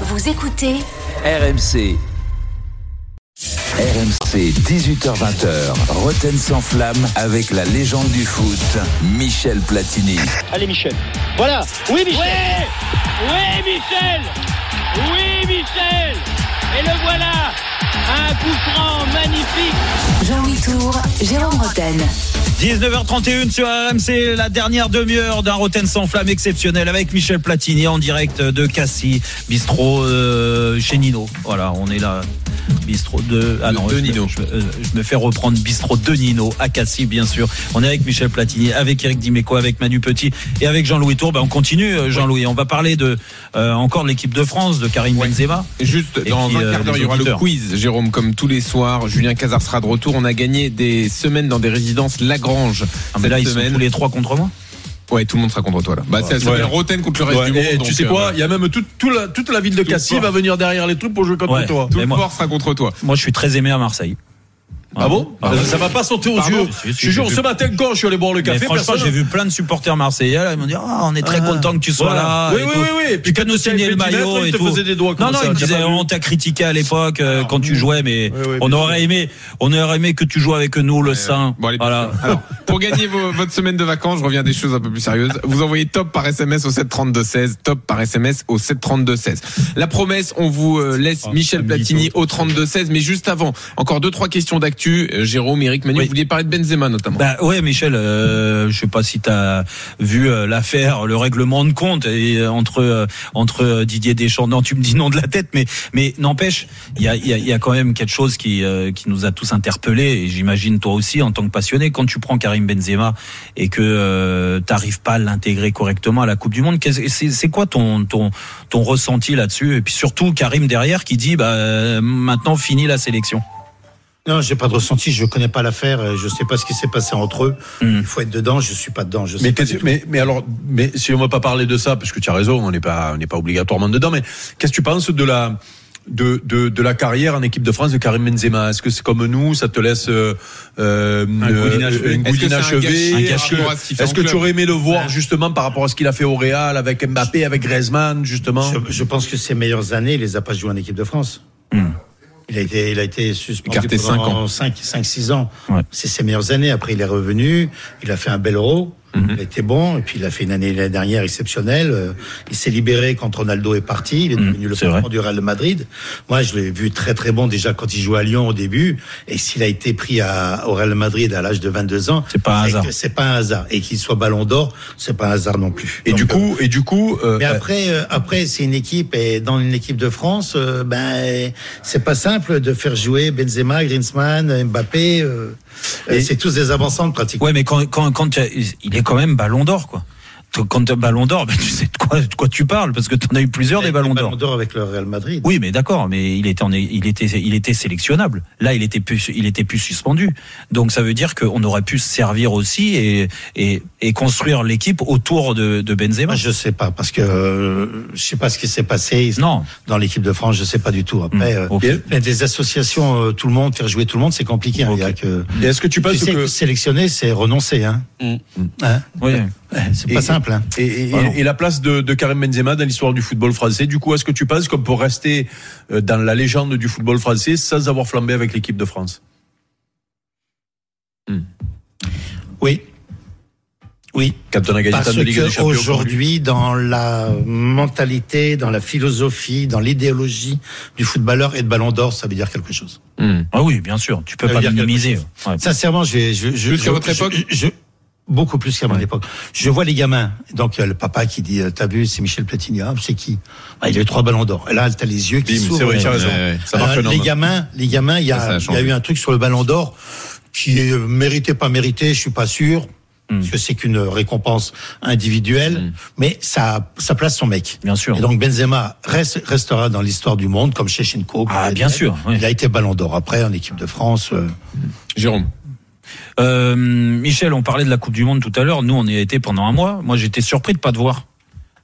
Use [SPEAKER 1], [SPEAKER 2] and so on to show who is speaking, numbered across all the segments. [SPEAKER 1] Vous écoutez
[SPEAKER 2] RMC. RMC 18h20h, Roten sans flamme avec la légende du foot, Michel Platini.
[SPEAKER 3] Allez Michel. Voilà. Oui Michel.
[SPEAKER 4] Oui Michel Oui Michel Et le voilà Un coup franc magnifique
[SPEAKER 1] Jean-Louis Tour, Jérôme Roten.
[SPEAKER 5] 19h31 sur RMC, la dernière demi-heure d'un Roten sans flamme exceptionnel avec Michel Platini en direct de Cassis, bistrot euh, chez Nino. Voilà, on est là. Bistrot de. Ah non,
[SPEAKER 6] De
[SPEAKER 5] je, me-
[SPEAKER 6] Nino.
[SPEAKER 5] Je, euh, je me fais reprendre bistrot de Nino à Cassis, bien sûr. On est avec Michel Platini, avec Eric Dimeco, avec Manu Petit et avec Jean-Louis Tour. Ben, on continue, euh, Jean-Louis. On va parler de euh, encore de l'équipe de France, de Karim Benzema.
[SPEAKER 6] Juste
[SPEAKER 5] Et
[SPEAKER 6] dans
[SPEAKER 5] puis,
[SPEAKER 6] un
[SPEAKER 5] euh,
[SPEAKER 6] quart d'heure,
[SPEAKER 5] les
[SPEAKER 6] il y aura le
[SPEAKER 5] auditeurs.
[SPEAKER 6] quiz, Jérôme, comme tous les soirs. Julien Cazard sera de retour. On a gagné des semaines dans des résidences Lagrange.
[SPEAKER 5] Ah, mais
[SPEAKER 6] cette
[SPEAKER 5] là, ils
[SPEAKER 6] semaine.
[SPEAKER 5] sont tous les trois contre moi.
[SPEAKER 6] Ouais, tout le monde sera contre toi là. Bah, c'est ça s'appelle
[SPEAKER 7] Ouais.
[SPEAKER 6] Roten contre le reste
[SPEAKER 7] Ouais,
[SPEAKER 6] du monde.
[SPEAKER 7] et
[SPEAKER 6] donc,
[SPEAKER 7] tu sais
[SPEAKER 6] euh,
[SPEAKER 7] quoi
[SPEAKER 6] voilà.
[SPEAKER 7] Il y a même tout- tout la- toute la ville de
[SPEAKER 6] Tout
[SPEAKER 7] Cassis
[SPEAKER 6] le
[SPEAKER 7] va venir derrière les trucs pour jouer contre
[SPEAKER 5] Ouais.
[SPEAKER 7] toi.
[SPEAKER 6] Tout
[SPEAKER 5] Mais
[SPEAKER 6] le
[SPEAKER 5] moi-
[SPEAKER 6] port sera contre toi.
[SPEAKER 5] Moi, je suis très aimé à Marseille.
[SPEAKER 7] Ah bon
[SPEAKER 5] Ah
[SPEAKER 7] Ça-
[SPEAKER 5] ouais.
[SPEAKER 7] Ça va pas sauter aux
[SPEAKER 6] Pardon
[SPEAKER 7] yeux.
[SPEAKER 5] Si, si,
[SPEAKER 7] Je
[SPEAKER 5] j'ai
[SPEAKER 7] te jure,
[SPEAKER 5] vu.
[SPEAKER 7] ce matin quand je suis allé boire le
[SPEAKER 5] Mais
[SPEAKER 7] café,
[SPEAKER 5] franchement,
[SPEAKER 7] personne.
[SPEAKER 5] j'ai vu plein de supporters marseillais. là, Ils m'ont dit Ah, on est très
[SPEAKER 7] Ah.
[SPEAKER 5] content que tu sois
[SPEAKER 7] Voilà.
[SPEAKER 5] là.
[SPEAKER 7] Oui,
[SPEAKER 5] et
[SPEAKER 7] oui,
[SPEAKER 5] tout.
[SPEAKER 7] oui, oui. Et puis
[SPEAKER 5] tu
[SPEAKER 7] quand
[SPEAKER 5] peux nous
[SPEAKER 7] tu
[SPEAKER 5] signer
[SPEAKER 7] avais
[SPEAKER 5] le
[SPEAKER 7] fait dix
[SPEAKER 5] maillot
[SPEAKER 7] mètres,
[SPEAKER 5] et
[SPEAKER 7] il te
[SPEAKER 5] tout.
[SPEAKER 7] faisait des doigts comme
[SPEAKER 5] Non, non,
[SPEAKER 7] ça,
[SPEAKER 5] ils me
[SPEAKER 7] t'as
[SPEAKER 5] disaient
[SPEAKER 7] pas vu
[SPEAKER 5] on t'a critiqué à l'époque euh, quand tu jouais, mais
[SPEAKER 7] Oui, oui,
[SPEAKER 5] on
[SPEAKER 7] bien
[SPEAKER 5] aurait aimé, on aurait aimé que tu joues avec nous le sein.
[SPEAKER 6] Bon, allez,
[SPEAKER 5] voilà.
[SPEAKER 6] Alors, pour gagner vos- votre semaine de vacances, je reviens à des choses un peu plus sérieuses. Vous envoyez top par SMS au 732-16, top par SMS au 732-16. La promesse, on vous euh, laisse Michel Platini au 32-16, mais juste avant, encore deux, trois questions d'actu. Euh, Jérôme, Eric, Manu,
[SPEAKER 5] Oui.
[SPEAKER 6] vous vouliez parler de Benzema notamment.
[SPEAKER 5] Bah ouais, Michel, euh, je sais pas si t'as vu euh, l'affaire, le règlement de compte et, euh, entre euh, entre euh, Didier Deschamps. Non, tu me dis non de la tête, mais mais n'empêche, il y a, il y, a, il y a quand même quelque chose qui euh, qui nous a tous interpellés et j'imagine toi aussi en tant que passionné. Quand tu prends Karim Benzema et que euh, t'arrives pas à l'intégrer correctement à la Coupe du Monde, qu'est-ce- c'est c'est quoi ton ton ton ressenti là-dessus Et puis surtout Karim derrière qui dit bah euh, maintenant fini la sélection.
[SPEAKER 8] Non, j'ai pas de ressenti, je connais pas l'affaire, euh, je sais pas ce qui s'est passé entre eux.
[SPEAKER 5] Hmm.
[SPEAKER 8] Il faut être dedans, je suis pas dedans, je sais
[SPEAKER 7] Mais,
[SPEAKER 8] pas.
[SPEAKER 7] qu'est-ce-
[SPEAKER 8] du tout.
[SPEAKER 7] mais, mais alors, mais si on ne va pas parler de ça, parce que tu as raison, on n'est pas, on n'est pas obligatoirement dedans. Mais qu'est-ce que tu penses de la, de, de, de la carrière en équipe de France de Karim Benzema Est-ce que c'est comme nous, ça te laisse euh, euh,
[SPEAKER 5] goût
[SPEAKER 7] euh,
[SPEAKER 5] d'inachevé.
[SPEAKER 7] un goût
[SPEAKER 6] Est-ce que c'est un
[SPEAKER 7] d'inachevé
[SPEAKER 6] gâchis
[SPEAKER 7] Est-ce que,
[SPEAKER 6] par rapport à ce qu'il fait
[SPEAKER 7] est-ce
[SPEAKER 6] en
[SPEAKER 7] que tu
[SPEAKER 6] club
[SPEAKER 7] aurais aimé le voir justement par rapport à ce qu'il a fait au Real avec Mbappé, avec Griezmann justement
[SPEAKER 8] Je, je pense que ses meilleures années, il les a pas jouées en équipe de France. Il a été, il a été suspendu
[SPEAKER 6] Écarté cinq
[SPEAKER 8] pendant 5 6 ans.
[SPEAKER 5] Ouais.
[SPEAKER 8] C'est ses meilleures années. Après, il est revenu, il a fait un bel euro. Il était bon, et puis il a fait une année l'année dernière exceptionnelle. Euh, Il s'est libéré quand Ronaldo est parti. Il est devenu le
[SPEAKER 5] c'est vrai.
[SPEAKER 8] patron du Real de Madrid. Moi, je l'ai vu très très bon déjà quand il jouait à Lyon au début, et s'il a été pris à, au Real de Madrid à l'âge de 22 ans,
[SPEAKER 5] C'est pas un
[SPEAKER 8] c'est que
[SPEAKER 5] hasard.
[SPEAKER 8] C'est pas un hasard, et qu'il soit Ballon d'Or, c'est pas un hasard non plus.
[SPEAKER 7] Et
[SPEAKER 8] Donc,
[SPEAKER 7] du
[SPEAKER 8] euh,
[SPEAKER 7] coup, et du coup, euh,
[SPEAKER 8] mais après, euh, après c'est une équipe et dans une équipe de France, euh, ben c'est pas simple de faire jouer Benzema, Griezmann, Mbappé. euh, euh, c'est tous des avancantes pratiquement.
[SPEAKER 5] Ouais, mais quand, quand, quand tu as- il est quand même ballon d'or, quoi. T- Quand tu as ballon d'or, ben, tu sais de quoi, de quoi tu parles, parce que tu en as eu plusieurs des ballons d'or.
[SPEAKER 8] avec le Real Madrid.
[SPEAKER 5] Oui, mais d'accord, mais il était, en- il était, il était sélectionnable. Là, il était plus, il était plus suspendu. Donc, ça veut dire qu'on aurait pu se servir aussi et, et, et construire l'équipe autour de, de Benzema.
[SPEAKER 8] Moi, Ah, je sais pas parce que euh, je sais pas ce qui s'est passé
[SPEAKER 5] Non.
[SPEAKER 8] dans l'équipe de France. Je sais pas du tout. Après,
[SPEAKER 5] Mmh,
[SPEAKER 8] euh,
[SPEAKER 5] ok.
[SPEAKER 8] mais des associations, euh, tout le monde faire jouer tout le monde, c'est compliqué. hein, il y a que-
[SPEAKER 7] Et est-ce que tu penses
[SPEAKER 8] sais
[SPEAKER 7] que-
[SPEAKER 8] sélectionner, c'est renoncer. Hein. Hein
[SPEAKER 5] Oui.
[SPEAKER 8] c'est pas
[SPEAKER 7] Et-
[SPEAKER 8] simple. hein.
[SPEAKER 7] Et, et-
[SPEAKER 5] Pardon.
[SPEAKER 7] et la place de, de Karim Benzema dans l'histoire du football français. Du coup, est-ce que tu penses qu'on peut rester euh, dans la légende du football français sans avoir flambé avec l'équipe de France
[SPEAKER 8] Oui. Oui.
[SPEAKER 7] Quand on a gagné tant
[SPEAKER 8] Parce
[SPEAKER 7] de Ligue des
[SPEAKER 8] que
[SPEAKER 7] Champions
[SPEAKER 8] aujourd'hui, dans la mentalité, dans la philosophie, dans l'idéologie du footballeur et de Ballon d'Or, ça veut dire quelque chose.
[SPEAKER 5] Ah oui, bien sûr. Tu peux
[SPEAKER 8] Ça
[SPEAKER 5] pas
[SPEAKER 8] veut dire quelque
[SPEAKER 5] minimiser. Ouais.
[SPEAKER 8] Sincèrement, je, je, je,
[SPEAKER 6] Plus qu'à
[SPEAKER 8] je-
[SPEAKER 6] votre
[SPEAKER 8] je-
[SPEAKER 6] époque
[SPEAKER 8] je- beaucoup plus qu'à mon époque. Je vois les gamins. Donc il y a le papa qui dit euh, t'as vu, c'est Michel Platini. Ah, c'est qui Ah, Il a eu trois Ballons d'Or. Et là, t'as les yeux qui
[SPEAKER 7] Bim,
[SPEAKER 8] s'ouvrent.
[SPEAKER 7] c'est vrai, tu as raison.
[SPEAKER 6] Ouais, ouais, ça
[SPEAKER 8] Alors,
[SPEAKER 6] marque
[SPEAKER 8] les
[SPEAKER 6] énorme.
[SPEAKER 8] gamins, les gamins, il y
[SPEAKER 6] Ça, ça a
[SPEAKER 8] a, il y a
[SPEAKER 6] changé.
[SPEAKER 8] eu un truc sur le Ballon d'Or qui est mérité pas mérité, je suis pas sûr.
[SPEAKER 6] Hmm.
[SPEAKER 8] Parce que c'est qu'une récompense individuelle, mais ça, ça place son mec.
[SPEAKER 5] Bien sûr.
[SPEAKER 8] Et donc Benzema reste, restera dans l'histoire du monde, comme Shevchenko.
[SPEAKER 5] Ah, bien sûr, oui.
[SPEAKER 8] Il a été Ballon d'Or après en équipe de France. euh,
[SPEAKER 6] Jérôme.
[SPEAKER 5] Euh, Michel, on parlait de la Coupe du Monde tout à l'heure. Nous, on y a été pendant un mois. Moi, j'étais surpris de pas te voir.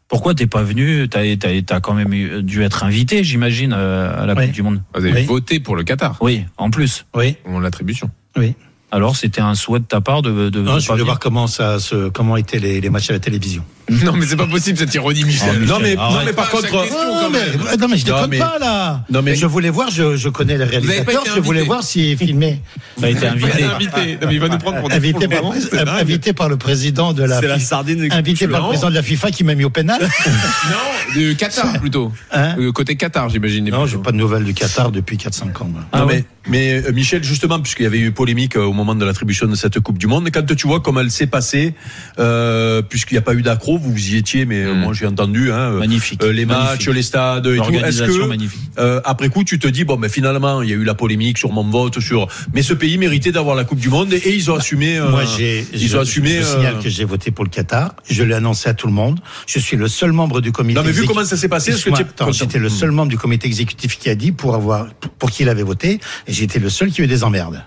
[SPEAKER 5] Pourquoi t'es pas venu T'as t'as- t'as quand même eu- dû être invité, j'imagine, euh, à la
[SPEAKER 8] Oui.
[SPEAKER 5] Coupe du Monde.
[SPEAKER 6] Vous avez
[SPEAKER 8] Oui.
[SPEAKER 6] voté pour le Qatar,
[SPEAKER 5] Oui, en plus.
[SPEAKER 8] Oui,
[SPEAKER 6] pour l'attribution.
[SPEAKER 8] oui.
[SPEAKER 5] Alors, c'était un souhait de ta part de. de de
[SPEAKER 8] Non, je
[SPEAKER 5] pas
[SPEAKER 8] voulais
[SPEAKER 5] venir
[SPEAKER 8] voir comment ça se, comment étaient les, les matchs à la télévision.
[SPEAKER 6] Non, mais c'est pas possible cette ironie, Michel.
[SPEAKER 7] Euh, non, mais,
[SPEAKER 5] arrête.
[SPEAKER 7] non, mais par
[SPEAKER 6] Pas à chaque
[SPEAKER 7] contre,
[SPEAKER 6] question,
[SPEAKER 8] Non,
[SPEAKER 6] quand
[SPEAKER 8] Oh, mais, euh,
[SPEAKER 6] même.
[SPEAKER 8] non, mais je
[SPEAKER 7] Non,
[SPEAKER 8] déconne
[SPEAKER 7] mais-
[SPEAKER 8] pas là.
[SPEAKER 7] non, mais-
[SPEAKER 8] je voulais voir, je, je connais le
[SPEAKER 6] avez pas été
[SPEAKER 8] réalisateur, je voulais
[SPEAKER 6] invité.
[SPEAKER 8] voir s'il filmait.
[SPEAKER 5] T'as été
[SPEAKER 6] Il
[SPEAKER 5] invité.
[SPEAKER 6] est invité. Non, mais il va nous prendre pour des
[SPEAKER 8] invité,
[SPEAKER 6] fous,
[SPEAKER 8] par,
[SPEAKER 6] vraiment, c'est
[SPEAKER 8] euh,
[SPEAKER 6] dingue.
[SPEAKER 8] invité par le président de la,
[SPEAKER 9] C'est la
[SPEAKER 8] FIFA.
[SPEAKER 9] sardine qui
[SPEAKER 8] invité
[SPEAKER 9] tue
[SPEAKER 8] par le
[SPEAKER 9] la
[SPEAKER 8] président de la FIFA qui m'a mis au pénal.
[SPEAKER 6] Non, du Qatar plutôt.
[SPEAKER 8] Hein
[SPEAKER 6] Euh, côté Qatar, j'imagine. les
[SPEAKER 8] non, j'ai
[SPEAKER 6] plutôt.
[SPEAKER 8] pas de nouvelles du Qatar depuis 4-5 ans. moi.
[SPEAKER 5] Ah
[SPEAKER 7] non,
[SPEAKER 5] ouais.
[SPEAKER 7] mais, mais, euh, Michel, justement, puisqu'il y avait eu polémique euh, au moment de l'attribution de cette Coupe du Monde, quand tu vois comment elle s'est passée, euh, puisqu'il n'y a pas eu d'accro, vous, vous y étiez, mais euh, moi j'ai entendu, hein, euh,
[SPEAKER 5] Hmm. Magnifique.
[SPEAKER 7] euh, les
[SPEAKER 5] Magnifique.
[SPEAKER 7] matchs, les stades, et tout. Est-ce
[SPEAKER 5] L'organisation
[SPEAKER 7] que
[SPEAKER 5] magnifique.
[SPEAKER 7] euh, après coup tu te dis bon, mais finalement il y a eu la polémique sur mon vote, sur, mais ce pays méritait d'avoir la Coupe du Monde et ils ont assumé. euh,
[SPEAKER 8] Moi, j'ai,
[SPEAKER 7] ils
[SPEAKER 8] je,
[SPEAKER 7] ont assumé.
[SPEAKER 8] je signale
[SPEAKER 7] euh,
[SPEAKER 8] que j'ai voté pour le Qatar. Je l'ai annoncé à tout le monde. Je suis le seul membre du comité.
[SPEAKER 7] Non, mais vu
[SPEAKER 8] exécutif-
[SPEAKER 7] comment ça s'est passé, est-ce que
[SPEAKER 8] Excuse-moi,
[SPEAKER 7] tu es
[SPEAKER 8] attends,
[SPEAKER 7] content Hmm.
[SPEAKER 8] j'étais le seul membre du comité exécutif qui a dit pour avoir, pour, pour qui il avait voté, et j'étais le seul qui a eu des emmerdes.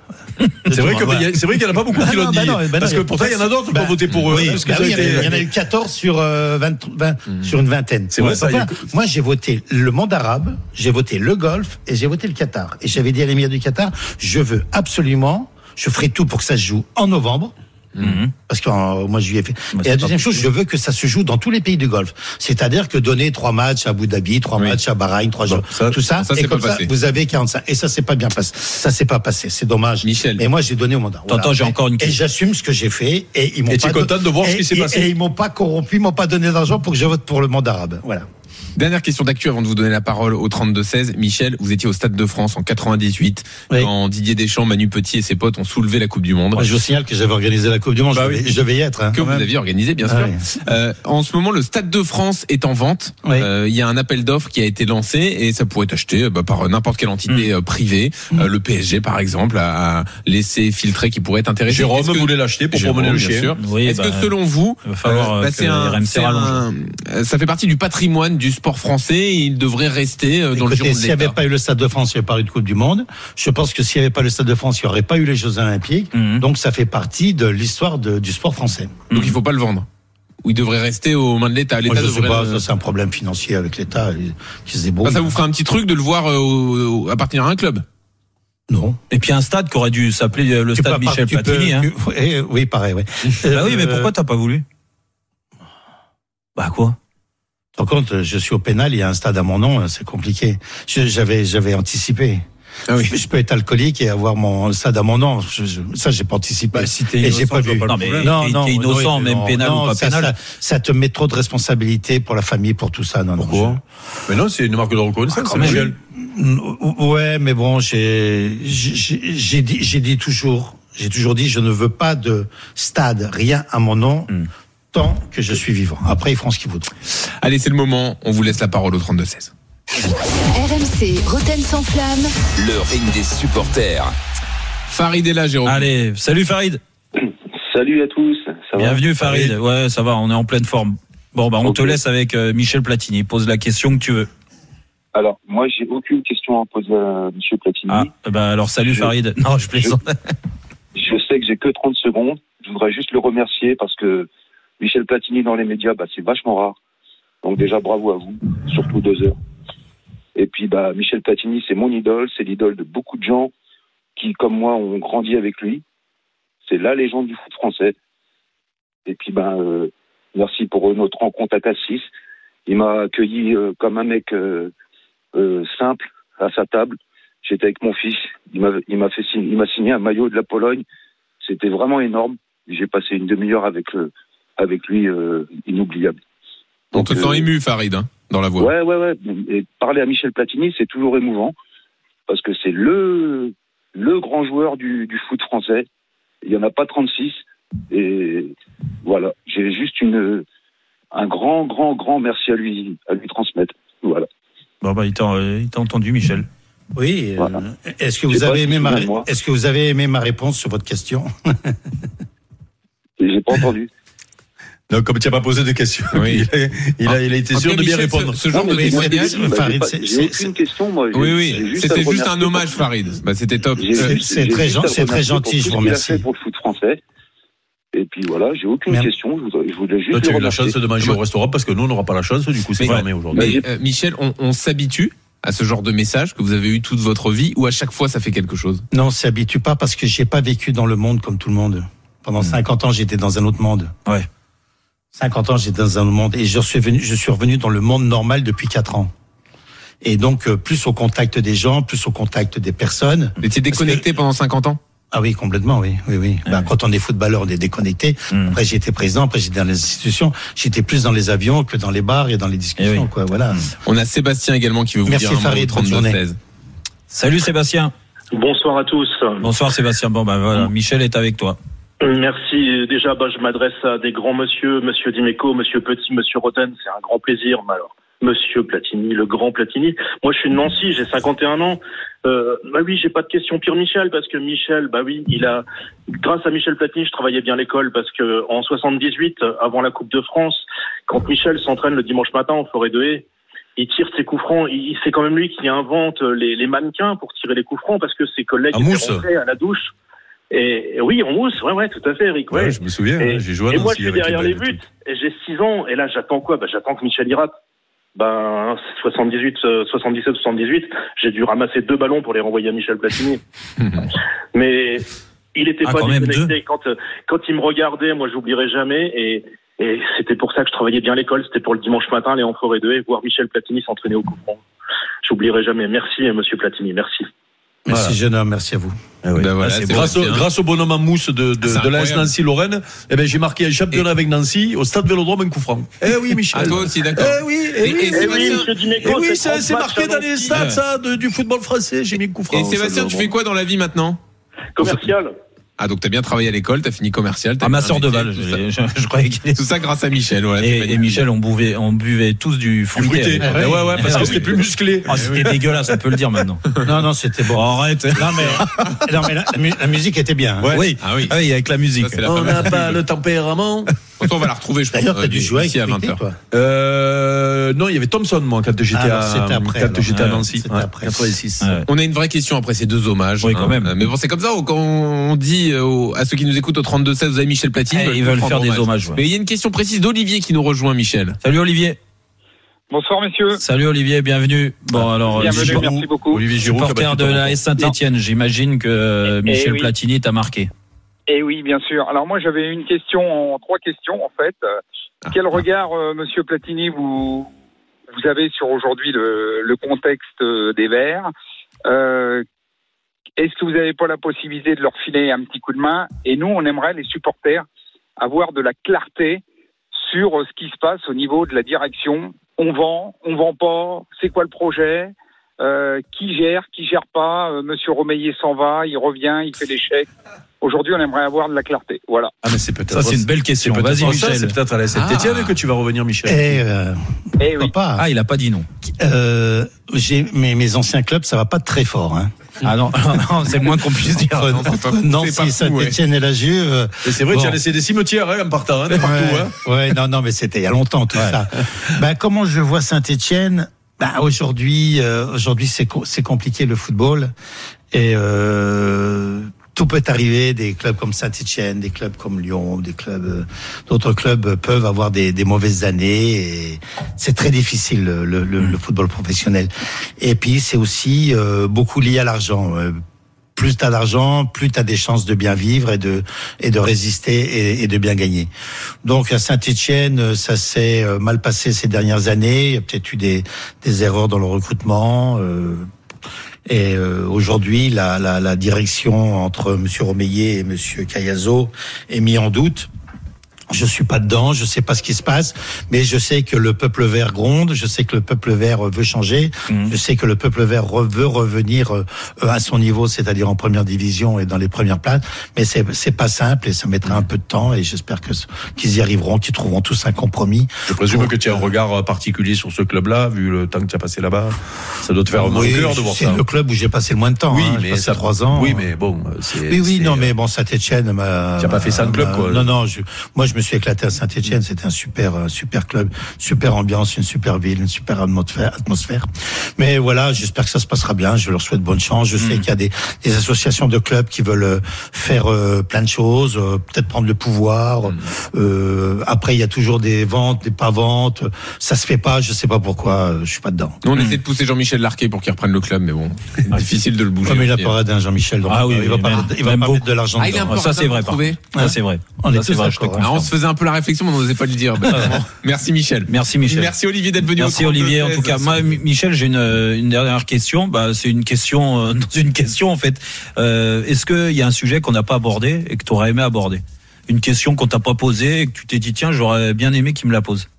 [SPEAKER 7] C'est vrai que-
[SPEAKER 8] Voilà.
[SPEAKER 7] c'est vrai qu'il n'y en a pas beaucoup
[SPEAKER 8] Bah
[SPEAKER 7] qui l'ont
[SPEAKER 8] non,
[SPEAKER 7] dit.
[SPEAKER 8] bah non, bah non,
[SPEAKER 7] parce
[SPEAKER 8] y
[SPEAKER 7] que
[SPEAKER 8] a-
[SPEAKER 7] pourtant, il y en a d'autres qui
[SPEAKER 8] Bah,
[SPEAKER 7] ont voté pour eux.
[SPEAKER 8] oui,
[SPEAKER 7] parce que
[SPEAKER 8] bah
[SPEAKER 7] ça a
[SPEAKER 8] oui, il y en a-
[SPEAKER 7] été-
[SPEAKER 8] il y en a eu 14 sur, euh, 20 20 sur une vingtaine.
[SPEAKER 7] C'est vrai, ça,
[SPEAKER 8] Enfin,
[SPEAKER 7] il y a-
[SPEAKER 8] Moi, j'ai voté le monde arabe, j'ai voté le Golfe et j'ai voté le Qatar. Et j'avais dit à l'émir du Qatar, je veux absolument, je ferai tout pour que ça se joue en novembre. Parce que euh, moi, je lui ai fait. et la deuxième chose, je veux que ça se joue dans tous les pays du Golfe. C'est-à-dire que donner trois matchs à Abu Dhabi, trois matchs à Bahreïn, trois jours,
[SPEAKER 7] ça-
[SPEAKER 8] tout ça,
[SPEAKER 6] ça,
[SPEAKER 8] et
[SPEAKER 6] c'est
[SPEAKER 8] comme
[SPEAKER 6] pas
[SPEAKER 8] ça,
[SPEAKER 6] passé.
[SPEAKER 8] vous avez 45. Et ça, c'est pas bien passé. Ça, c'est pas passé. C'est dommage.
[SPEAKER 6] Michel.
[SPEAKER 8] Mais moi, j'ai donné au mandat.
[SPEAKER 5] T'entends, j'ai encore une
[SPEAKER 8] Et
[SPEAKER 5] question.
[SPEAKER 8] j'assume ce que j'ai fait. Et ils m'ont
[SPEAKER 7] Et
[SPEAKER 8] pas
[SPEAKER 7] t'es
[SPEAKER 8] don-
[SPEAKER 7] content de voir ce
[SPEAKER 8] et-
[SPEAKER 7] qui s'est
[SPEAKER 8] et-
[SPEAKER 7] passé
[SPEAKER 8] Et ils m'ont pas corrompu, ils m'ont pas donné d'argent pour que je vote pour le monde arabe. Voilà.
[SPEAKER 6] Dernière question d'actu avant de vous donner la parole au 32-16. Michel, vous étiez au Stade de France en 98
[SPEAKER 8] Oui.
[SPEAKER 6] quand Didier Deschamps, Manu Petit et ses potes ont soulevé la Coupe du Monde.
[SPEAKER 8] Moi, bah, je vous signale que j'avais organisé la Coupe du Monde.
[SPEAKER 6] Bah
[SPEAKER 8] je, devais, je devais y être. hein.
[SPEAKER 6] que vous aviez organisé, bien
[SPEAKER 8] Ah
[SPEAKER 6] sûr.
[SPEAKER 8] oui.
[SPEAKER 6] Euh, en ce moment, le Stade de France est en vente.
[SPEAKER 8] Oui.
[SPEAKER 6] Euh, il y a un appel d'offres qui a été lancé et ça pourrait être acheté euh, bah, par n'importe quelle entité
[SPEAKER 8] Mm.
[SPEAKER 6] euh, privée. Euh, le PSG, par exemple, a a laissé filtrer qui pourrait être intéressé.
[SPEAKER 7] Jérôme
[SPEAKER 6] Est-ce que-
[SPEAKER 7] voulait l'acheter pour
[SPEAKER 6] Jérôme,
[SPEAKER 7] promener le
[SPEAKER 6] bien
[SPEAKER 7] chien.
[SPEAKER 6] sûr.
[SPEAKER 5] Oui,
[SPEAKER 6] Est-ce
[SPEAKER 5] bah,
[SPEAKER 6] que selon vous, bah,
[SPEAKER 5] il va falloir, euh,
[SPEAKER 6] c'est
[SPEAKER 5] que
[SPEAKER 6] un-
[SPEAKER 5] RMC
[SPEAKER 6] c'est un-
[SPEAKER 5] rallonge.
[SPEAKER 6] euh, ça fait partie du patrimoine du sport français et il devrait rester euh, dans le giron
[SPEAKER 8] Écoutez,
[SPEAKER 6] de
[SPEAKER 8] s'il n'y avait
[SPEAKER 6] l'État.
[SPEAKER 8] pas eu le Stade de France, il n'y avait pas eu de Coupe du Monde. Je pense que s'il n'y avait pas le Stade de France, il n'y aurait pas eu les Jeux Olympiques.
[SPEAKER 5] Mhm.
[SPEAKER 8] Donc, ça fait partie de l'histoire de- du sport français.
[SPEAKER 6] Donc il faut pas le vendre. Ou il devrait rester aux mains de l'État.
[SPEAKER 8] Moi,
[SPEAKER 6] L'État
[SPEAKER 8] je sais
[SPEAKER 6] devrait
[SPEAKER 8] pas,
[SPEAKER 6] le-
[SPEAKER 8] ça, c'est un problème financier avec l'État euh, qui se débrouille.
[SPEAKER 6] Enfin, ça vous fera un petit truc de le voir euh, au- au- appartenir à un club.
[SPEAKER 8] Non.
[SPEAKER 5] Et puis un stade qui aurait dû s'appeler euh, le
[SPEAKER 8] Tu
[SPEAKER 5] stade
[SPEAKER 8] peux pas-
[SPEAKER 5] Michel
[SPEAKER 8] tu peux-
[SPEAKER 5] Platini. hein.
[SPEAKER 8] tu- eh, oui, pareil, oui.
[SPEAKER 5] Bah oui, mais
[SPEAKER 8] Euh,
[SPEAKER 5] pourquoi t'as pas voulu Bah quoi
[SPEAKER 8] Par contre, je suis au pénal, il y a un stade à mon nom, euh, c'est compliqué. Je- J'avais, j'avais anticipé.
[SPEAKER 6] Ah oui.
[SPEAKER 8] Je, je peux être alcoolique et avoir mon stade à mon nom. Je- je- ça, j'ai pas anticipé.
[SPEAKER 7] Bah, si t'es
[SPEAKER 8] et
[SPEAKER 7] innocent,
[SPEAKER 8] j'ai pas
[SPEAKER 7] je vois
[SPEAKER 8] vu.
[SPEAKER 7] pas le
[SPEAKER 5] Non, mais problème. t'es innocent, même pénal ou pas
[SPEAKER 8] ça,
[SPEAKER 5] pénal.
[SPEAKER 8] Ça, ça te met trop de responsabilité pour la famille, pour tout ça. Non, non,
[SPEAKER 7] Pourquoi Mais non, c'est une marque de reconnaissance,
[SPEAKER 5] quand même.
[SPEAKER 7] Michel.
[SPEAKER 8] je- Ouais, mais bon, j'ai, j'ai, j'ai dit, j'ai dit toujours, j'ai toujours dit, je ne veux pas de stade, rien à mon nom,
[SPEAKER 7] Hmm.
[SPEAKER 8] tant que je suis vivant. Après, ils feront ce qu'ils voudront.
[SPEAKER 6] Allez, c'est le moment. On vous laisse la parole au 32-16.
[SPEAKER 1] RMC, Roten sans flamme.
[SPEAKER 2] Le ring des supporters.
[SPEAKER 6] Farid est là, Jérôme.
[SPEAKER 5] Allez, salut Farid.
[SPEAKER 10] Salut à tous, ça va
[SPEAKER 5] Bienvenue Farid. Ouais, ça va, on est en pleine forme. Bon, bah on
[SPEAKER 10] Ok.
[SPEAKER 5] te laisse avec euh, Michel Platini. Pose la question que tu veux.
[SPEAKER 10] Alors, moi, j'ai aucune question à poser à Monsieur Platini.
[SPEAKER 5] Ah, bah alors salut
[SPEAKER 10] Je-
[SPEAKER 5] Farid. Non, je plaisante.
[SPEAKER 10] Je sais que j'ai que 30 secondes. Je voudrais juste le remercier parce que Michel Platini dans les médias, bah, c'est vachement rare. Donc déjà, bravo à vous, surtout deux heures. Et puis, bah, Michel Platini, c'est mon idole, c'est l'idole de beaucoup de gens qui, comme moi, ont grandi avec lui. C'est la légende du foot français. Et puis, bah, euh, merci pour euh, notre rencontre à Cassis. Il m'a accueilli euh, comme un mec euh, euh, simple à sa table. J'étais avec mon fils. Il m'a il m'a fait signe- il m'a signé un maillot de la Pologne. C'était vraiment énorme. J'ai passé une demi-heure avec, euh, avec lui, euh, inoubliable.
[SPEAKER 6] On te
[SPEAKER 10] Donc,
[SPEAKER 6] sent
[SPEAKER 10] euh,
[SPEAKER 6] ému, Farid, hein, dans la voix.
[SPEAKER 10] Ouais, ouais, ouais. Et parler à Michel Platini, c'est toujours émouvant parce que c'est le, le grand joueur du, du foot français. Il n'y en a pas 36. Et voilà, j'ai juste une, un grand, grand, grand merci à lui, à lui transmettre. Voilà.
[SPEAKER 5] Bon, bah il t'a euh, il t'a entendu Michel.
[SPEAKER 8] Oui. euh,
[SPEAKER 10] Voilà.
[SPEAKER 8] Est-ce que
[SPEAKER 10] Je
[SPEAKER 8] vous
[SPEAKER 10] sais pas
[SPEAKER 8] avez
[SPEAKER 10] si
[SPEAKER 8] aimé ma,
[SPEAKER 10] excusez-moi.
[SPEAKER 8] est-ce que vous avez aimé ma réponse sur votre question
[SPEAKER 10] Et J'ai pas entendu.
[SPEAKER 7] Non, comme tu n'as pas posé de questions,
[SPEAKER 6] Oui.
[SPEAKER 7] il, a, il, a, il a été
[SPEAKER 10] Ah,
[SPEAKER 6] En tout
[SPEAKER 7] sûr
[SPEAKER 6] cas,
[SPEAKER 7] de bien
[SPEAKER 6] Michel, ce-
[SPEAKER 7] répondre.
[SPEAKER 6] Ce, genre
[SPEAKER 10] Non,
[SPEAKER 6] de
[SPEAKER 10] mais moi,
[SPEAKER 6] témoignage.
[SPEAKER 8] témoignage,
[SPEAKER 10] bah, j'ai
[SPEAKER 8] Farid,
[SPEAKER 10] pas-
[SPEAKER 8] c'est-
[SPEAKER 10] j'ai
[SPEAKER 8] c'est-
[SPEAKER 10] aucune question, moi. J'ai-
[SPEAKER 6] Oui,
[SPEAKER 10] j'ai
[SPEAKER 6] oui.
[SPEAKER 10] juste à
[SPEAKER 6] C'était
[SPEAKER 10] le
[SPEAKER 6] juste un
[SPEAKER 10] remercier
[SPEAKER 6] hommage, Farid. Bah, C'était top.
[SPEAKER 10] J'ai-
[SPEAKER 6] Euh,
[SPEAKER 10] j'ai
[SPEAKER 8] Ah c'est
[SPEAKER 10] juste
[SPEAKER 8] très gen-
[SPEAKER 10] à le remercier
[SPEAKER 8] c'est très
[SPEAKER 10] pour
[SPEAKER 8] gentil,
[SPEAKER 10] tout ce
[SPEAKER 8] je vous
[SPEAKER 10] qu'il a
[SPEAKER 8] remercie.
[SPEAKER 10] fait pour le foot français. Et puis voilà, j'ai aucune
[SPEAKER 8] Merde.
[SPEAKER 10] question. Je voudrais- je voulais juste
[SPEAKER 7] Toi,
[SPEAKER 10] le
[SPEAKER 7] tu as eu la
[SPEAKER 10] remercier.
[SPEAKER 7] chance de manger au restaurant parce que nous, on n'aura pas la chance. Du coup, c'est
[SPEAKER 6] Mais-
[SPEAKER 10] Mais
[SPEAKER 7] fermé aujourd'hui.
[SPEAKER 10] Bah, j'ai-
[SPEAKER 6] euh, Michel, on, on s'habitue à ce genre de message que vous avez eu toute votre vie ou à chaque fois ça fait quelque chose
[SPEAKER 8] Non, ça s'habitue pas parce
[SPEAKER 10] Hmm.
[SPEAKER 8] que j'ai pas vécu dans le monde comme tout le monde. Pendant 50 ans, j'étais dans un autre monde.
[SPEAKER 5] Ouais.
[SPEAKER 8] 50 ans, j'étais dans un monde et je suis venu, je suis revenu dans le monde normal depuis 4 ans. Et donc euh, plus au contact des gens, plus au contact des personnes.
[SPEAKER 6] Mais t'es déconnecté pendant 50 ans
[SPEAKER 8] Ah oui, complètement, oui, oui, oui. Bah, quand on est footballeur, on est déconnecté.
[SPEAKER 5] Mm.
[SPEAKER 8] Après j'étais président, après j'étais dans les institutions, j'étais plus dans les avions que dans les bars et dans les discussions,
[SPEAKER 5] Eh oui.
[SPEAKER 8] quoi. Voilà.
[SPEAKER 6] On a Sébastien également qui veut vous
[SPEAKER 8] Merci,
[SPEAKER 6] dire un mot
[SPEAKER 8] Farid,
[SPEAKER 6] au
[SPEAKER 8] bonne journée.
[SPEAKER 6] 32-16.
[SPEAKER 5] Salut Sébastien.
[SPEAKER 9] Bonsoir à tous.
[SPEAKER 5] Bonsoir Sébastien. Bon bah voilà, Michel est avec toi.
[SPEAKER 9] Merci. Déjà, bah, je m'adresse à des grands monsieur, monsieur Dimeco, monsieur Petit, monsieur Roten. C'est un grand plaisir. Mais alors, monsieur Platini, le grand Platini. Moi, je suis de Nancy, j'ai 51 ans. Euh, bah oui, j'ai pas de question pire Michel parce que Michel, bah oui, il a grâce à Michel Platini, je travaillais bien à l'école parce que en 78, avant la Coupe de France, quand Michel s'entraîne le dimanche matin en forêt de haie, il tire ses coups francs. Il- C'est quand même lui qui invente les, les mannequins pour tirer les coups francs parce que ses
[SPEAKER 5] Ah,
[SPEAKER 9] collègues
[SPEAKER 7] En
[SPEAKER 9] étaient
[SPEAKER 7] mousse.
[SPEAKER 9] rentrés à la douche. Et, et oui, en mousse, ouais, ouais, tout à fait, Eric. ouais.
[SPEAKER 7] Ouais, je me souviens,
[SPEAKER 9] Et-
[SPEAKER 7] hein, j'ai joué à
[SPEAKER 9] Et moi,
[SPEAKER 7] Nancy
[SPEAKER 9] je suis
[SPEAKER 7] avec
[SPEAKER 9] derrière
[SPEAKER 7] une
[SPEAKER 9] les
[SPEAKER 7] belle
[SPEAKER 9] buts.
[SPEAKER 7] équipe.
[SPEAKER 9] Et J'ai 6 ans. Et là, j'attends quoi bah, J'attends que Michel y rate. Ben, 78, euh, 77, 78, j'ai dû ramasser deux ballons pour les renvoyer à Michel Platini. Mais il était
[SPEAKER 5] Ah,
[SPEAKER 9] pas
[SPEAKER 5] quand même,
[SPEAKER 9] déconnecté. Quand, euh, quand il me regardait, moi, j'oublierai jamais. Et, et c'était pour ça que je travaillais bien à l'école. C'était pour le dimanche matin, aller en forêt de haie, voir Michel Platini s'entraîner au coup franc. J'oublierai jamais. Merci, euh, monsieur Platini. Merci.
[SPEAKER 8] Merci jeune homme, merci à vous.
[SPEAKER 5] Eh
[SPEAKER 8] Ben,
[SPEAKER 7] Ah ouais.
[SPEAKER 6] Bah voilà,
[SPEAKER 7] Ah, c'est
[SPEAKER 6] c'est
[SPEAKER 7] grâce, au,
[SPEAKER 6] bien.
[SPEAKER 7] grâce au bonhomme en mousse de, de,
[SPEAKER 6] C'est
[SPEAKER 7] de l'AS
[SPEAKER 6] incroyable.
[SPEAKER 7] Nancy-Lorraine, eh ben, j'ai marqué un championnat avec Nancy au stade Vélodrome un coup franc. Eh oui, Michel.
[SPEAKER 6] Ah, toi aussi, d'accord.
[SPEAKER 7] eh oui, eh
[SPEAKER 6] Et-
[SPEAKER 7] oui,
[SPEAKER 9] Eh
[SPEAKER 6] et
[SPEAKER 7] eh
[SPEAKER 6] Sébastien-
[SPEAKER 7] oui.
[SPEAKER 9] oui, monsieur Dimeco,
[SPEAKER 7] Eh oui, ça,
[SPEAKER 9] trente
[SPEAKER 7] c'est
[SPEAKER 9] matchs
[SPEAKER 7] marqué
[SPEAKER 9] à
[SPEAKER 7] dans les
[SPEAKER 9] Nancy.
[SPEAKER 7] stades,
[SPEAKER 6] Ouais.
[SPEAKER 7] ça, de- du football français. J'ai mis le coup franc.
[SPEAKER 6] Et
[SPEAKER 7] au
[SPEAKER 6] Sébastien,
[SPEAKER 7] stade
[SPEAKER 6] tu
[SPEAKER 7] Vélodrome.
[SPEAKER 6] fais quoi dans la vie maintenant
[SPEAKER 9] Commercial.
[SPEAKER 6] Ah, donc t'as bien travaillé à l'école, t'as fini commercial. t'as
[SPEAKER 5] Ah ma
[SPEAKER 6] fait un
[SPEAKER 5] sœur de
[SPEAKER 6] métier,
[SPEAKER 5] Val.
[SPEAKER 6] tout
[SPEAKER 5] Je,
[SPEAKER 6] ça.
[SPEAKER 5] je- je croyais qu'il est.
[SPEAKER 6] Tout ça grâce à Michel, voilà. c'est
[SPEAKER 5] Et, et
[SPEAKER 6] magnifique.
[SPEAKER 5] Michel, on buvait, on buvait tous du
[SPEAKER 7] Du
[SPEAKER 5] fruité.
[SPEAKER 7] fruité. Eh Ouais, ouais, parce
[SPEAKER 5] Ah
[SPEAKER 7] que
[SPEAKER 5] oui.
[SPEAKER 7] c'était plus musclé.
[SPEAKER 5] Ah, c'était dégueulasse, on peut le dire maintenant.
[SPEAKER 8] Non, non, c'était bon.
[SPEAKER 5] Arrête.
[SPEAKER 8] Non mais, non, mais la, la mu- la musique était bien. hein.
[SPEAKER 5] Oui.
[SPEAKER 6] Ah oui.
[SPEAKER 5] Ah oui, avec la musique.
[SPEAKER 6] Ça, c'est la
[SPEAKER 7] On
[SPEAKER 6] fameuse-
[SPEAKER 7] n'a pas le tempérament.
[SPEAKER 6] Enfin, on va la retrouver, je pense.
[SPEAKER 8] D'ailleurs, t'as
[SPEAKER 6] euh,
[SPEAKER 8] dû jouer avec
[SPEAKER 6] d'ici à
[SPEAKER 8] Fruité,
[SPEAKER 6] 20h.
[SPEAKER 8] toi.
[SPEAKER 7] Euh, non, il y avait Thompson, moi, quand j'étais
[SPEAKER 8] Ah, alors,
[SPEAKER 7] à,
[SPEAKER 8] c'était après,
[SPEAKER 7] quand
[SPEAKER 8] alors.
[SPEAKER 7] j'étais à
[SPEAKER 8] Ouais,
[SPEAKER 7] Nancy.
[SPEAKER 8] c'était
[SPEAKER 7] Ouais,
[SPEAKER 8] après.
[SPEAKER 7] 86.
[SPEAKER 5] Ouais.
[SPEAKER 6] On a une vraie question après ces deux hommages.
[SPEAKER 5] Oui, quand même.
[SPEAKER 6] Euh, Mais bon, c'est comme ça, on- quand on dit euh, aux- à ceux qui nous écoutent au 32-16, vous avez Michel Platine.
[SPEAKER 5] Eh, ils veulent
[SPEAKER 6] prendre
[SPEAKER 5] faire des hommages, ouais.
[SPEAKER 6] Mais il y a une question précise d'Olivier qui nous rejoint, Michel.
[SPEAKER 5] Salut Olivier.
[SPEAKER 4] Bonsoir messieurs.
[SPEAKER 5] Salut Olivier, bienvenue. Bon alors, euh,
[SPEAKER 4] Bienvenue,
[SPEAKER 5] support-
[SPEAKER 4] merci beaucoup.
[SPEAKER 7] Olivier Giroud. qui a
[SPEAKER 5] supporter
[SPEAKER 7] battu
[SPEAKER 5] de
[SPEAKER 7] Toronto.
[SPEAKER 5] la S Saint-Étienne. J'imagine que euh,
[SPEAKER 4] Eh
[SPEAKER 5] Michel
[SPEAKER 4] oui.
[SPEAKER 5] Platini t'a marqué.
[SPEAKER 4] Et Eh oui, bien sûr. Alors moi, j'avais une question, en- trois questions en fait. Euh, Quel regard, euh, Monsieur Platini, vous vous avez sur aujourd'hui le, le contexte euh, des Verts Euh, Est-ce que vous n'avez pas la possibilité de leur filer un petit coup de main Et nous, on aimerait les supporters avoir de la clarté sur euh, ce qui se passe au niveau de la direction. On vend, on vend pas. C'est quoi le projet Euh, Qui gère, qui gère pas Euh, Monsieur Romeillet s'en va, il revient, il fait l'échec. Aujourd'hui, on aimerait avoir de la clarté. Voilà.
[SPEAKER 7] Ah, mais c'est peut-être.
[SPEAKER 5] Ça, c'est une belle question.
[SPEAKER 7] c'est peut-être
[SPEAKER 5] Vas-y
[SPEAKER 7] pour ça, C'est
[SPEAKER 5] Michel.
[SPEAKER 7] peut-être à la Saint-Etienne
[SPEAKER 6] Ah.
[SPEAKER 7] que tu vas revenir, Michel.
[SPEAKER 8] Eh, euh,
[SPEAKER 4] Eh oui.
[SPEAKER 8] papa.
[SPEAKER 5] Ah, il a pas dit non.
[SPEAKER 8] Euh, j'ai mes, mes anciens clubs, ça va pas très fort. Hein.
[SPEAKER 5] Ah non, non, c'est le moins qu'on puisse dire.
[SPEAKER 8] Entre,
[SPEAKER 6] c'est pas-
[SPEAKER 8] entre Nancy,
[SPEAKER 6] c'est pas fou,
[SPEAKER 8] Saint-Etienne et la Juve. euh,
[SPEAKER 7] Et c'est vrai,
[SPEAKER 8] Bon.
[SPEAKER 7] tu as laissé des cimetières hein, en partant, hein, de partout.
[SPEAKER 8] ouais,
[SPEAKER 7] hein.
[SPEAKER 8] ouais, non, non, mais c'était il y a longtemps tout ça. Bah, comment je vois Saint-Etienne bah, Aujourd'hui, euh, aujourd'hui, c'est co- c'est compliqué le football et euh, tout peut arriver. Des clubs comme Saint-Etienne, des clubs comme Lyon, des clubs, euh, d'autres clubs euh, peuvent avoir des, des mauvaises années. et C'est très difficile le, le- le- le football professionnel. Et puis c'est aussi euh, beaucoup lié à l'argent. Euh, Plus t'as d'argent, plus t'as des chances de bien vivre et de et de résister et, et de bien gagner. Donc à Saint-Étienne, ça s'est euh, mal passé ces dernières années. Il y a peut-être eu des, des erreurs dans le recrutement. euh, et euh, aujourd'hui, la, la, la direction entre Monsieur Romeillet et Monsieur Cayazo est mise en doute. Je suis pas dedans, je sais pas ce qui se passe, mais je sais que le peuple vert gronde, je sais que le peuple vert euh, veut changer,
[SPEAKER 5] Mhm.
[SPEAKER 8] je sais que le peuple vert re- veut revenir euh, euh, à son niveau, c'est-à-dire en première division et dans les premières places, mais c'est c'est pas simple et ça mettra un peu de temps et j'espère que ce- qu'ils y arriveront, qu'ils trouveront tous un compromis.
[SPEAKER 7] Je présume que tu as un regard particulier sur ce club-là, vu le temps que tu as passé là-bas. Ça doit te faire mal
[SPEAKER 8] Ah, Oui,
[SPEAKER 7] au cœur de voir
[SPEAKER 8] c'est
[SPEAKER 7] ça.
[SPEAKER 8] le club où j'ai passé le moins de temps, hein, j'ai passé
[SPEAKER 7] ça-
[SPEAKER 8] trois ans.
[SPEAKER 7] Oui, mais bon, euh, c'est.
[SPEAKER 8] Oui, oui,
[SPEAKER 7] c'est-
[SPEAKER 8] non, mais bon, Saint-Etienne m'a.
[SPEAKER 7] T'as pas fait ça de club,
[SPEAKER 8] m'a-
[SPEAKER 7] quoi.
[SPEAKER 8] Non, non, je, moi, je me suis éclaté à Saint-Etienne. C'était un super, euh, super club, super ambiance, une super ville, une super atmosphère. atmosphère. Mais voilà, j'espère que ça se passera bien. Je leur souhaite bonne chance. Je sais qu'il y a des, des associations de clubs qui veulent euh, faire euh, plein de choses, euh, peut-être prendre le pouvoir. Euh, après, il y a toujours des ventes, des pas ventes. Ça se fait pas. Je sais pas pourquoi. euh, je suis pas dedans.
[SPEAKER 5] Hmm.
[SPEAKER 6] Nous, on essaie de pousser Jean-Michel Larquet pour qu'il reprenne le club, mais bon, c'est difficile de le bouger.
[SPEAKER 8] Comme il a parlé d'un Jean-Michel. donc,
[SPEAKER 5] Ah oui,
[SPEAKER 8] euh, il va
[SPEAKER 5] oui,
[SPEAKER 8] pas,
[SPEAKER 5] même-
[SPEAKER 8] il va
[SPEAKER 5] même
[SPEAKER 8] pas mettre
[SPEAKER 5] beaucoup.
[SPEAKER 8] de l'argent.
[SPEAKER 6] Ah, il a
[SPEAKER 8] dedans.
[SPEAKER 6] un peu
[SPEAKER 5] Ça, c'est vrai. par
[SPEAKER 6] Trouvé.
[SPEAKER 5] contre. Ça, c'est vrai.
[SPEAKER 8] On est
[SPEAKER 5] Ça, c'est
[SPEAKER 8] tous
[SPEAKER 5] vrai, je te
[SPEAKER 8] d'accord,
[SPEAKER 5] comprends.
[SPEAKER 6] Ah, on se faisait un peu la réflexion, mais on n'osait pas le dire. Ben, vraiment. Merci Michel.
[SPEAKER 5] Merci Michel.
[SPEAKER 6] Merci Olivier d'être venu.
[SPEAKER 5] Merci
[SPEAKER 6] au
[SPEAKER 5] Olivier. En
[SPEAKER 6] 32-16.
[SPEAKER 5] tout cas, moi, M- Michel, j'ai une, euh, une dernière question. Bah, c'est une question euh, dans une question en fait. Euh, Est-ce qu'il y a un sujet qu'on n'a pas abordé et que tu aurais aimé aborder Une question qu'on t'a pas posée et que tu t'es dit tiens, j'aurais bien aimé qu'il me la pose.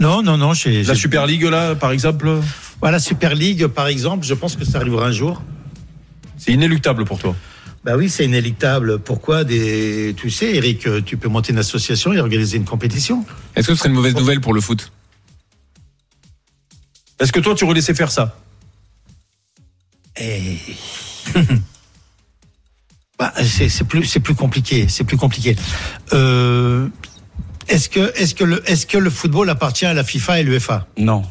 [SPEAKER 8] Non, non, non. j'ai-
[SPEAKER 7] La
[SPEAKER 8] j'ai-
[SPEAKER 7] Super League, là, par exemple,
[SPEAKER 8] Voilà, Bah, Super League, par exemple, je pense que ça arrivera un jour.
[SPEAKER 7] c'est inéluctable pour toi.
[SPEAKER 8] Bah oui, c'est inéluctable. Pourquoi des... Tu sais, Eric, euh, tu peux monter une association et organiser une compétition.
[SPEAKER 6] Est-ce que ce serait une mauvaise nouvelle pour le foot
[SPEAKER 7] Est-ce que toi, tu aurais laissé faire ça
[SPEAKER 8] Et... Eh. bah, c'est c'est plus, c'est plus compliqué. C'est plus compliqué. Euh, Est-ce que, est que, le- est-ce que le football appartient à la FIFA et l'UEFA
[SPEAKER 11] Non.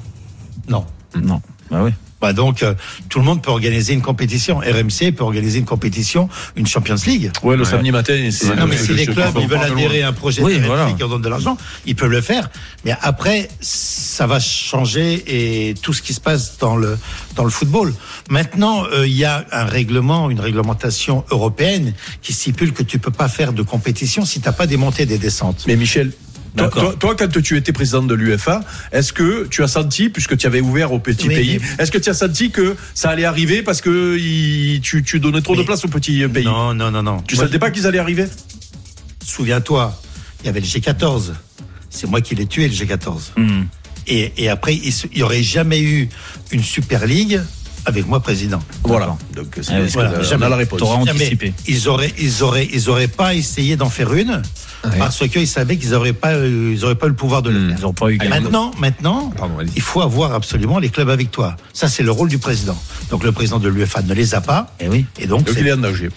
[SPEAKER 8] Non.
[SPEAKER 5] Non. Bah oui.
[SPEAKER 8] Bah donc, euh, tout le monde peut organiser une compétition. RMC peut organiser une compétition, une Champions League.
[SPEAKER 7] Ouais, le samedi matin, c'est.
[SPEAKER 5] Euh,
[SPEAKER 8] Non, mais
[SPEAKER 7] le-
[SPEAKER 8] si
[SPEAKER 7] le-
[SPEAKER 8] les
[SPEAKER 7] le-
[SPEAKER 8] clubs ils veulent adhérer à un projet
[SPEAKER 5] Oui,
[SPEAKER 8] de
[SPEAKER 5] voilà.
[SPEAKER 8] qui leur donne de l'argent, ils peuvent le faire. Mais après, ça va changer et tout ce qui se passe dans le dans le football. Maintenant, euh, il y a un règlement, une réglementation européenne qui stipule que tu peux pas faire de compétition si t'as pas des montées et des descentes.
[SPEAKER 7] Mais Michel, toi,
[SPEAKER 5] D'accord.
[SPEAKER 7] toi- toi, quand tu étais président de l'UFA, est-ce que tu as senti, puisque tu avais ouvert aux petits
[SPEAKER 8] Oui,
[SPEAKER 7] pays,
[SPEAKER 8] mais-
[SPEAKER 7] est-ce que tu as senti que ça allait arriver parce que il- tu, tu donnais trop de
[SPEAKER 8] Mais-
[SPEAKER 7] place aux petits pays
[SPEAKER 8] Non, non, non, non.
[SPEAKER 7] Tu
[SPEAKER 8] Moi,
[SPEAKER 7] savais pas qu'ils allaient arriver
[SPEAKER 8] Souviens-toi, il y avait le G14. C'est moi qui l'ai tué, le G14.
[SPEAKER 5] Hmm.
[SPEAKER 8] Et, et après, il se- il y aurait jamais eu une Super League avec moi président.
[SPEAKER 7] Voilà. Donc, c'est
[SPEAKER 5] Ah oui,
[SPEAKER 7] c'est-
[SPEAKER 8] voilà,
[SPEAKER 7] on a
[SPEAKER 8] jamais.
[SPEAKER 7] la réponse.
[SPEAKER 5] T'auras-
[SPEAKER 8] Jamais.
[SPEAKER 5] anticipé.
[SPEAKER 8] Ils auraient, ils auraient, ils auraient pas essayé d'en faire une parce qu'ils savaient qu'ils auraient pas, euh, ils auraient pas eu le pouvoir de le
[SPEAKER 5] Ils
[SPEAKER 8] faire.
[SPEAKER 5] n'ont
[SPEAKER 4] Ah,
[SPEAKER 5] pas eu. gain.
[SPEAKER 8] Maintenant, maintenant,
[SPEAKER 6] Pardon, allez-y.
[SPEAKER 8] il faut avoir absolument les clubs avec toi. Ça, c'est le rôle du président. Donc le président de l'UEFA ne les a pas,
[SPEAKER 5] Eh oui.
[SPEAKER 8] et donc
[SPEAKER 7] Donc,
[SPEAKER 8] c'est-
[SPEAKER 7] il est en danger.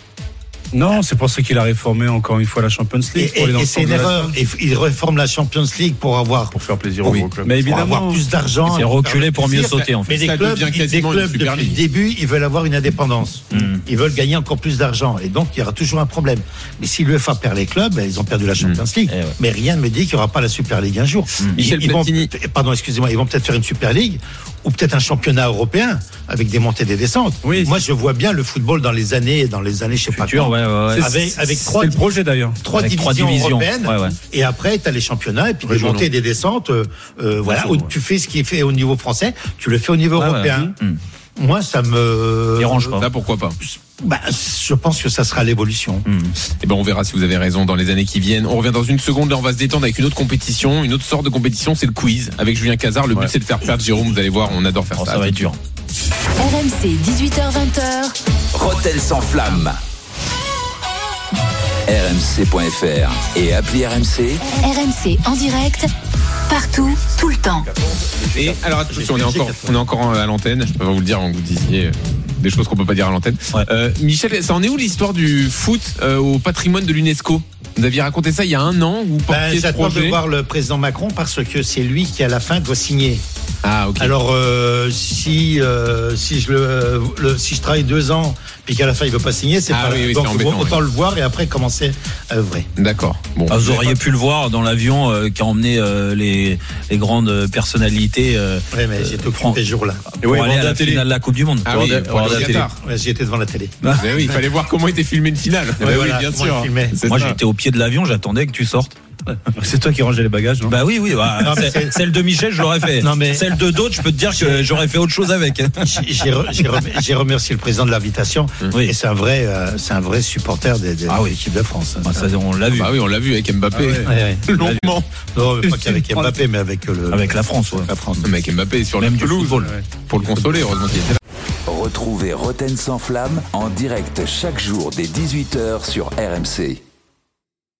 [SPEAKER 11] Non, c'est pour ça qu'il a réformé encore une fois la Champions
[SPEAKER 8] et,
[SPEAKER 11] League. pour
[SPEAKER 8] et-
[SPEAKER 11] aller dans
[SPEAKER 8] et
[SPEAKER 11] le
[SPEAKER 8] c'est
[SPEAKER 11] centre
[SPEAKER 8] une
[SPEAKER 11] de la-
[SPEAKER 8] erreur. Et f- Il réforme la Champions League pour avoir
[SPEAKER 7] Pour faire plaisir
[SPEAKER 8] Oui.
[SPEAKER 7] au club.
[SPEAKER 5] Mais
[SPEAKER 8] pour
[SPEAKER 5] évidemment.
[SPEAKER 8] avoir plus d'argent.
[SPEAKER 5] C'est
[SPEAKER 8] pour
[SPEAKER 5] reculer
[SPEAKER 8] faire
[SPEAKER 5] pour mieux
[SPEAKER 8] plaisir.
[SPEAKER 5] sauter, en fait.
[SPEAKER 8] Mais les
[SPEAKER 6] Ça
[SPEAKER 8] clubs,
[SPEAKER 6] devient
[SPEAKER 8] les
[SPEAKER 6] quasiment une
[SPEAKER 8] clubs,
[SPEAKER 6] Super
[SPEAKER 8] depuis le
[SPEAKER 6] League.
[SPEAKER 8] début, ils veulent avoir une indépendance.
[SPEAKER 5] Mm.
[SPEAKER 8] Ils veulent gagner encore plus d'argent. Et donc, il y aura toujours un problème. Mais si l'UEFA perd les clubs, ben, ils ont perdu la Champions League.
[SPEAKER 5] Eh ouais. Hmm.
[SPEAKER 8] Mais rien ne me dit qu'il n'y aura pas la Super League un jour. Ils-
[SPEAKER 6] Michel
[SPEAKER 8] ils vont- eh,
[SPEAKER 6] Platini.
[SPEAKER 8] pardon, excusez-moi, ils vont peut-être faire une Super League ou peut-être un championnat européen avec des montées et des descentes.
[SPEAKER 11] Oui.
[SPEAKER 8] Moi, je vois bien le football dans les années, dans les années, je sais pas
[SPEAKER 5] Futur,
[SPEAKER 8] quand,
[SPEAKER 5] ouais, ouais, ouais.
[SPEAKER 8] avec, avec
[SPEAKER 11] C'est
[SPEAKER 8] trois
[SPEAKER 11] le projet d'ailleurs.
[SPEAKER 8] trois,
[SPEAKER 5] Avec
[SPEAKER 8] divisions
[SPEAKER 5] trois divisions.
[SPEAKER 8] européennes.
[SPEAKER 5] Ouais, ouais.
[SPEAKER 8] Et après, tu as les championnats et puis des montées et des descentes. euh, euh, voilà, où tu fais ce qui est fait au niveau français, tu le fais au niveau
[SPEAKER 5] Ouais,
[SPEAKER 8] européen.
[SPEAKER 5] ouais. Mm.
[SPEAKER 8] Moi, ça me
[SPEAKER 5] Dérange pas.
[SPEAKER 6] Là, pourquoi pas
[SPEAKER 8] Bah, je pense que ça sera l'évolution.
[SPEAKER 6] Eh ben, on verra si vous avez raison dans les années qui viennent. On revient dans une seconde. Là, on va se détendre avec une autre compétition, une autre sorte de compétition, c'est le quiz avec Julien Cazard. Le but, c'est de faire perdre Jérôme. Vous allez voir, on adore faire
[SPEAKER 5] Oh,
[SPEAKER 6] ça.
[SPEAKER 5] ça va être dur.
[SPEAKER 1] RMC 18h20h.
[SPEAKER 2] Roten sans flamme. RMC.fr et appli RMC.
[SPEAKER 1] RMC en direct. Partout, tout le temps.
[SPEAKER 6] Et alors attention, on est encore, on est encore à l'antenne. Je peux pas vous le dire, on vous disiez euh, des choses qu'on peut pas dire à l'antenne.
[SPEAKER 5] Ouais.
[SPEAKER 6] Euh, Michel, ça en est où l'histoire du foot euh, au patrimoine de l'UNESCO Vous aviez raconté ça il y a un an. Vous
[SPEAKER 8] Ben,
[SPEAKER 6] portiez ce
[SPEAKER 8] J'attends de
[SPEAKER 6] projet.
[SPEAKER 8] voir le président Macron parce que c'est lui qui à la fin doit signer.
[SPEAKER 6] Ah ok.
[SPEAKER 8] Alors euh, si euh, si je le, le- si je travaille deux ans puis qu'à la fin il veut pas signer, c'est
[SPEAKER 6] Ah
[SPEAKER 8] pas
[SPEAKER 6] oui, oui,
[SPEAKER 8] donc
[SPEAKER 6] c'est embêtant,
[SPEAKER 8] autant le voir et après commencer à œuvrer.
[SPEAKER 6] D'accord. Bon.
[SPEAKER 5] Ah, vous auriez pu le voir dans l'avion euh, qui a emmené euh, les, les grandes personnalités euh,
[SPEAKER 8] Ouais, mais j'étais
[SPEAKER 5] Franck.
[SPEAKER 8] occupé ce jour-là.
[SPEAKER 5] pour
[SPEAKER 7] oui,
[SPEAKER 5] aller
[SPEAKER 7] vendre
[SPEAKER 5] à
[SPEAKER 7] la
[SPEAKER 5] la
[SPEAKER 7] télé.
[SPEAKER 5] finale de la Coupe du Monde.
[SPEAKER 6] Ah
[SPEAKER 5] Pour
[SPEAKER 6] oui,
[SPEAKER 5] aller-
[SPEAKER 6] pour
[SPEAKER 5] pour aller
[SPEAKER 6] aller
[SPEAKER 5] à
[SPEAKER 6] au
[SPEAKER 5] la télé.
[SPEAKER 6] Qatar.
[SPEAKER 8] Ouais, j'y étais devant la télé.
[SPEAKER 6] Eh oui, il fallait voir comment était filmée une finale. Eh ben
[SPEAKER 8] voilà,
[SPEAKER 6] oui, bien
[SPEAKER 8] comment il
[SPEAKER 6] sûr.
[SPEAKER 8] filmait.
[SPEAKER 6] C'est
[SPEAKER 5] Moi,
[SPEAKER 6] ça.
[SPEAKER 5] j'étais au pied de l'avion, j'attendais que tu sortes.
[SPEAKER 11] C'est toi qui rangeais les bagages, non
[SPEAKER 5] Bah oui, oui. bah,
[SPEAKER 8] Non, mais
[SPEAKER 5] c'est-
[SPEAKER 8] c'est-
[SPEAKER 5] Celle de Michel, je l'aurais fait.
[SPEAKER 8] Non, mais-
[SPEAKER 5] Celle de d'autres, je peux te dire que j'aurais fait autre chose avec.
[SPEAKER 8] J'ai- J'ai re- j'ai remer- j'ai remercié le président de l'invitation
[SPEAKER 5] Oui.
[SPEAKER 8] et c'est un vrai, euh, c'est un vrai supporter des, des-
[SPEAKER 5] Ah oui.
[SPEAKER 8] de l'équipe de France. hein.
[SPEAKER 5] Bah, ça, on l'a vu.
[SPEAKER 6] Bah oui, on l'a vu avec Mbappé.
[SPEAKER 8] Ah Ouais, ouais.
[SPEAKER 6] Longuement.
[SPEAKER 8] Non, mais pas qu'avec Mbappé, mais avec euh, le.
[SPEAKER 5] Avec la France, ouais.
[SPEAKER 8] la France.
[SPEAKER 6] Non, mais Avec Mbappé sur la
[SPEAKER 5] Même du
[SPEAKER 6] pelouse.
[SPEAKER 5] football.
[SPEAKER 6] Pour le consoler, heureusement qu'il était là.
[SPEAKER 2] Retrouvez Roten sans flamme en direct chaque jour dès 18h sur RMC.